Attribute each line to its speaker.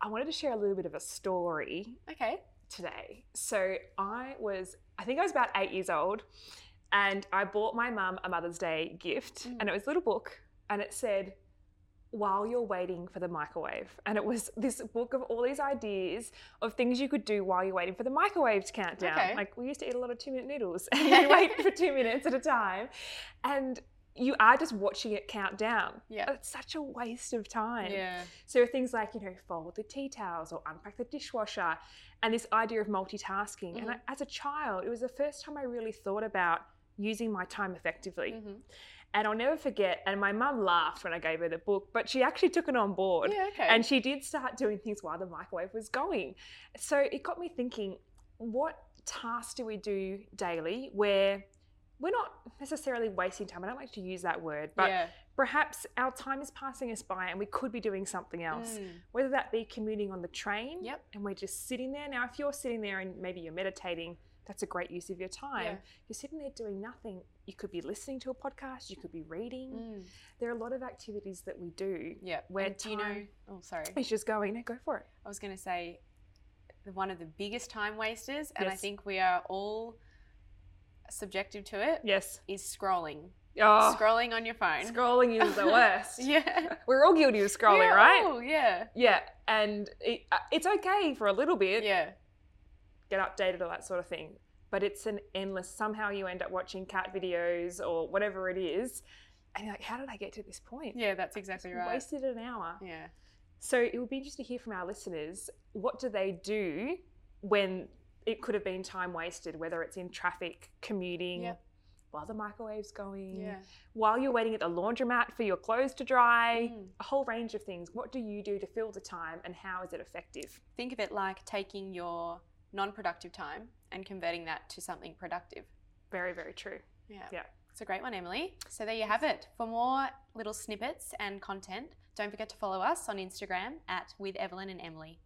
Speaker 1: I wanted to share a little bit of a story
Speaker 2: Okay.
Speaker 1: today. So I was, I think I was about eight years old, and I bought my mum a Mother's Day gift,
Speaker 2: Mm.
Speaker 1: and it was a little book, and it said, while you're waiting for the microwave. And it was this book of all these ideas of things you could do while you're waiting for the microwave to count down.
Speaker 2: Okay.
Speaker 1: Like we used to eat a lot of two minute noodles and you wait for two minutes at a time. And you are just watching it count down.
Speaker 2: Yeah.
Speaker 1: It's such a waste of time.
Speaker 2: Yeah.
Speaker 1: So things like, you know, fold the tea towels or unpack the dishwasher and this idea of multitasking. And I,
Speaker 2: Mm-hmm.
Speaker 1: as a child, it was the first time I really thought about using my time effectively.
Speaker 2: Mhm.
Speaker 1: And I'll never forget, and my mum laughed when I gave her the book, but she actually took it on board.
Speaker 2: Yeah. Okay.
Speaker 1: And she did start doing things while the microwave was going. So it got me thinking what tasks do we do daily where we're not necessarily wasting time? I don't like to use that word, but
Speaker 2: yeah.
Speaker 1: perhaps our time is passing us by and we could be doing something else
Speaker 2: Mm.
Speaker 1: whether that be commuting on the train
Speaker 2: Yep.
Speaker 1: and we're just sitting there now if you're sitting there and maybe you're meditating that's a great use of your time
Speaker 2: Yeah.
Speaker 1: you're sitting there doing nothing you could be listening to a podcast you could be reading
Speaker 2: Mm.
Speaker 1: there are a lot of activities that we do
Speaker 2: Yeah.
Speaker 1: Where
Speaker 2: And do you know?
Speaker 1: time-
Speaker 2: Oh, sorry.
Speaker 1: it's just going no go for it
Speaker 2: I was going to say the- one of the biggest time wasters, and I
Speaker 1: Yes.
Speaker 2: think we are all subjective to it, is
Speaker 1: yes
Speaker 2: scrolling.
Speaker 1: oh
Speaker 2: Scrolling on your phone.
Speaker 1: scrolling is the worst
Speaker 2: Yeah.
Speaker 1: we're all guilty of scrolling
Speaker 2: Yeah,
Speaker 1: right
Speaker 2: Oh, yeah.
Speaker 1: yeah and it, uh, it's okay for a little bit
Speaker 2: Yeah.
Speaker 1: get updated or that sort of thing. But it's an endless. Somehow you end up watching cat videos or whatever it is, and you're like, how did I get to this point?
Speaker 2: Yeah. That's exactly right.
Speaker 1: Wasted an hour.
Speaker 2: Yeah.
Speaker 1: So it would be interesting to hear from our listeners what do they do when it could have been time wasted, whether it's in traffic, commuting,
Speaker 2: Yep.
Speaker 1: while the microwave's going,
Speaker 2: Yeah.
Speaker 1: while you're waiting at the laundromat for your clothes to dry,
Speaker 2: Mm.
Speaker 1: a whole range of things. What do you do to fill the time, and how is it effective?
Speaker 2: Think of it like taking your non productive time and converting that to something productive.
Speaker 1: Very, very true.
Speaker 2: Yeah.
Speaker 1: Yeah.
Speaker 2: It's a great one, Emily. So there you have it. For more little snippets and content, don't forget to follow us on Instagram at with Evelyn and Emily.